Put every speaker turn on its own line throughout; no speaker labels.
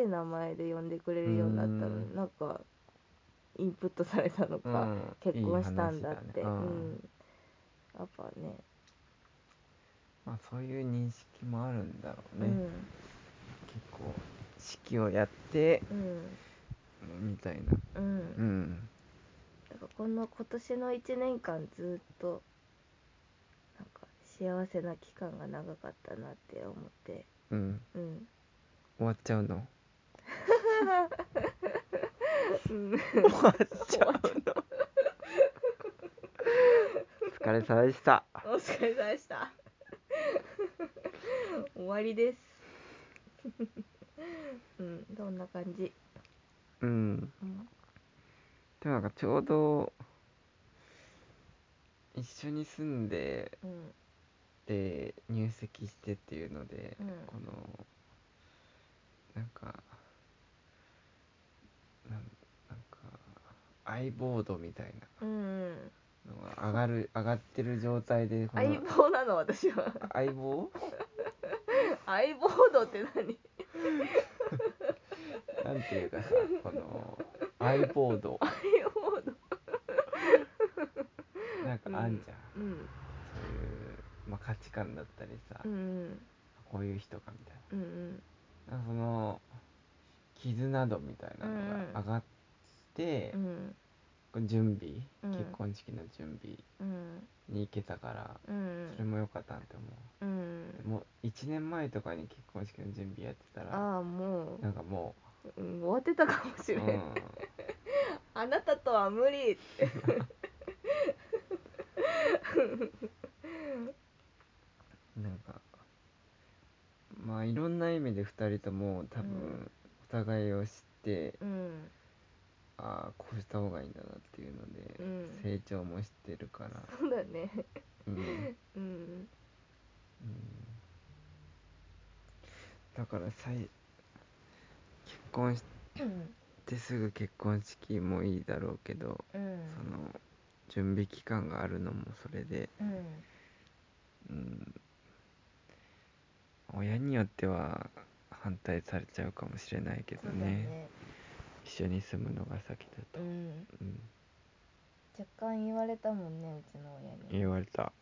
名前で呼んでくれるようになったの
うん
なんかインプットされたの
うん
か、結婚したんだっ
い
て
い
う
話ねうん
んやっぱね
まあ、そういう認識もあるんだろう
う
ね、
ん
結構式をやって
うん
みたいな
うん、
うん
なんかこの今年の1年間ずっとなんか幸せな期間が長かったなって思って
うん
うん
終わっちゃうの
うん
終わっちゃうのお 疲れ様でした
お疲れ様でした 終わりですうんそんな感じ、
うん
うん、
でもなんかちょうど一緒に住んで
うん
で入籍してっていうので、
うん
このなんかなんなんか相棒度みたい
うん
なのが上がる上がってる状態でこ
相
の
棒なの私 は
相棒
相棒度って何
なんていうかさこの相棒度
相棒度
なんかあんじゃ
うん
ん、そういう、まあ、価値観だったりさ、
うん
こういう人かみたいな。
うんうん
なんかその絆度みたいなのが上がって
う、ん
こう準備、
うん
結婚式の準備
うん
に行けたから、
うんうん
それも良かったなって思
うん
う、もう1年前とかに結婚式の準備やってたら
ああも
なんかも
う、うん、終わってたかもし
う、
れん、
うん
あなたとは無理って
なんかまあいろんな意味で2人とも多
う
分
ん
お互いを知って、
うん
ああこうした方がいいんだなっていうので、
うん
成長もしてるから、
そうだね
うん
うん
うんだからさい結婚し
うん
てすぐ結婚式もいいだろうけど、
うん
その準備期間があるのもそれで、
うん
うん、親によっては反対されちゃうかもしれないけ
そ
ど
うだ
ね
ね
一緒に住むのが先だと
う、ん
うん、
若干言われたもんねうちの親に
言われた、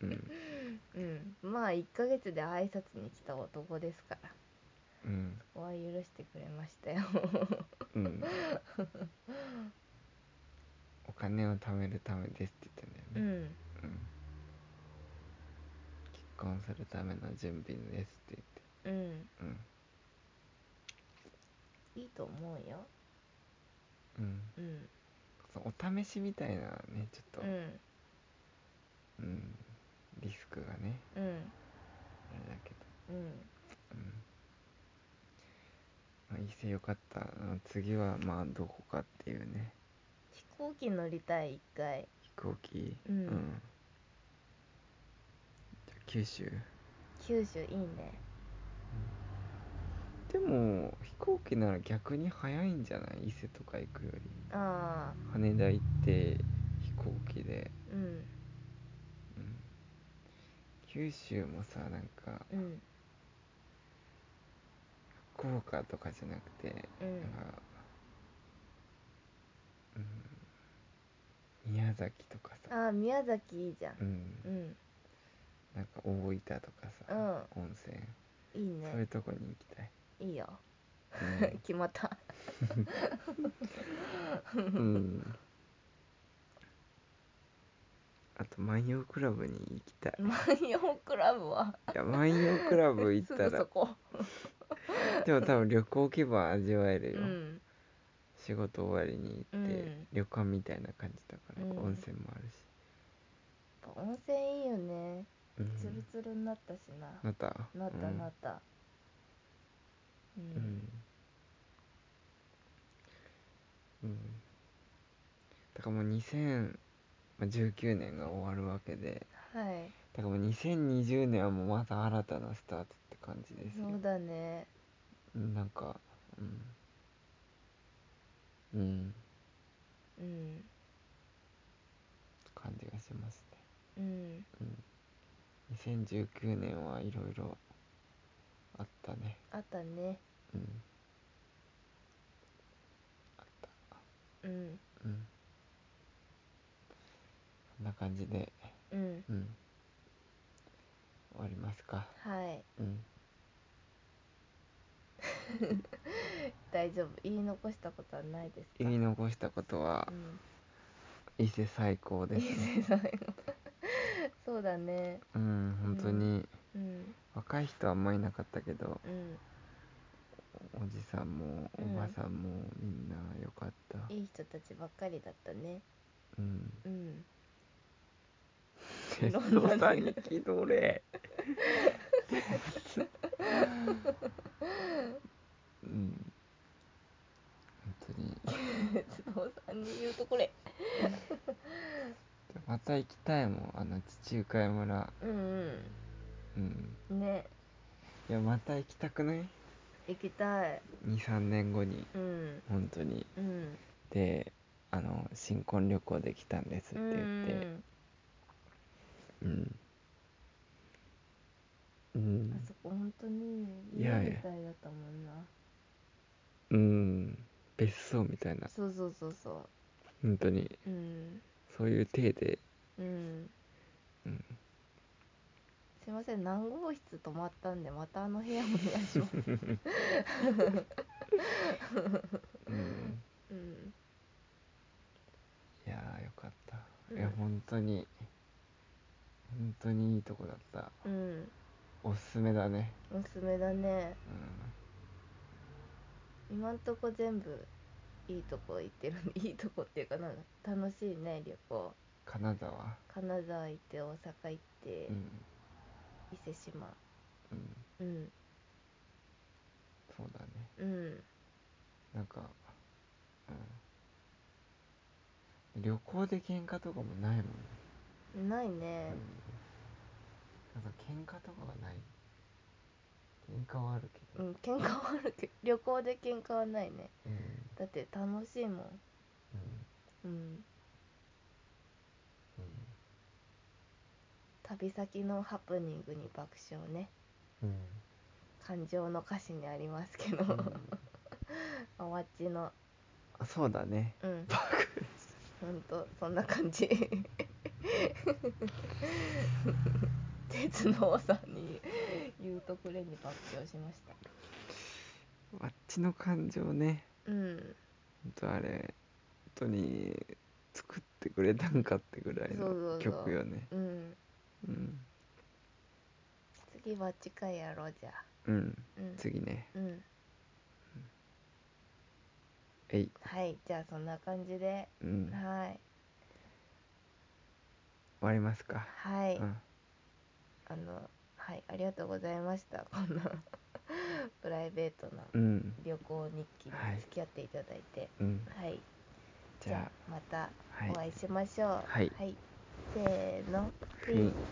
うん
うん
うんまあ1ヶ月で挨拶に来た男ですから
うん
そこは許してくれましたよ
うん、お金を貯めるためですって言ったんだよね、
うん
うん結婚するための準備ですって
うん
言って
いいと思うよ
うんうん
うん
そうお試しみたいなねちょっと
う、ん
うんリスクがね
うん
あれだけど、
うん
うんまあ、伊勢よかったうん次はまあどこかっていうね
飛行機乗りたい一回
飛行機
うん
じゃあ九州
九州いいね
でも飛行機なら逆に早いんじゃない伊勢とか行くより
ああ
羽田行って飛行機で
うん
うん九州もさなんか
うん
福岡とかじゃなくて、
う
なん
ん
か、うん、宮崎とかさ、
ああ宮崎いいじゃん
うん、
うん
なんか大分とかさ、温泉、
いい
そういう
ね
とこに行きたい。
いいよ
うん
決まった
うん、あと万葉クラブに行きたい。
万葉クラブはい
や万葉クラブ行っ
す
た
ぐ
ら
そこ
でも多分旅行気分味わえ
う
るよ。
ん
仕事終わりに行って、
うん
旅館みたいな感じだから、
うん
温泉もあるし、
やっぱ温泉いいよね
う
ツル
ん、
ツルになったしな
なった
なったなっ
った
う
うんん、うん、だからもう2019年が終わるわけで
はい
だからもう2020年はもうまた新たなスタートって感じですよ
そうだね
うんなんかうんうん
うん
感じがしますね
うん
2019年はいろいろあっったね
あったね
うんあっ
うん
たうんこんな感じで
うん
うん終わりますか
はい
うん
大丈夫言い残したことはないですか
言い残したことは
うん
伊勢最高ですね
そうだね
うん本当に
うん
若い人はあんまいなかったけど
うん
おじさんもお
うん
ばさんもみんな良かった
いい人たちばっかりだったね
うん
うん
適当さに気取れうん本当に
鉄道さんに言うとこれ
また行きたいもんあの地中海村
うん
うん
うんね
いやまた行きたくない
行きたい
?23 年後に
うん
本当に
うん
であの新婚旅行できたんですって
う
言って
ん
うん、
あ
うん
そこ本当に
い
家
やいや
みたいだったもんな
うん、別荘みたいな
そうそうそうそ
本当に
ううん
そういう体で
うん
うん
すいません何号室泊まったんでまたあの部屋お願いします
うん
うん
いやーよかった、
うん
いや本当に本当にいいとこだった
うん
おすすめだね
おすすめだね
う
今んとこ全部いいとこ行ってる いいとこっていうかなんだ楽しいね旅行
ん金沢
金沢行って大阪行って、
うん
伊勢志摩
うん
うん
そうだね
うん
なんか、うん、旅行で喧嘩とかもないもんね、
ない
うん
ね、
なんか喧嘩とかはない喧嘩はあるけ
う
ど、
ん喧嘩はあるけど 旅行で喧嘩はないね
うん
だって楽しいもん
うん
うん
うん
旅先のハプニングに爆笑ね
うん、
感情の歌詞にありますけど、 お待ちの
あそうだね
うんほんとそんな感じ鉄の王さんに言うとくれに爆笑しました
あっちの感情ね
うん
ほんとあれ本当に作ってくれたんかってぐらい
そうそうそ
の
う
曲よね
うん
うん
次は近いやろうじゃあ
うん
うん
次ね
うん
えい
はいじゃあそんな感じで
うん終
はい
わりますか
はい、
うん
あのはいありがとうございましたこんな プライベートな
うん
旅行日記に
はい
付き合っていただいて
うん
はい、
じゃ
また
あはい
お会いしましょう
はい
せーの
ピー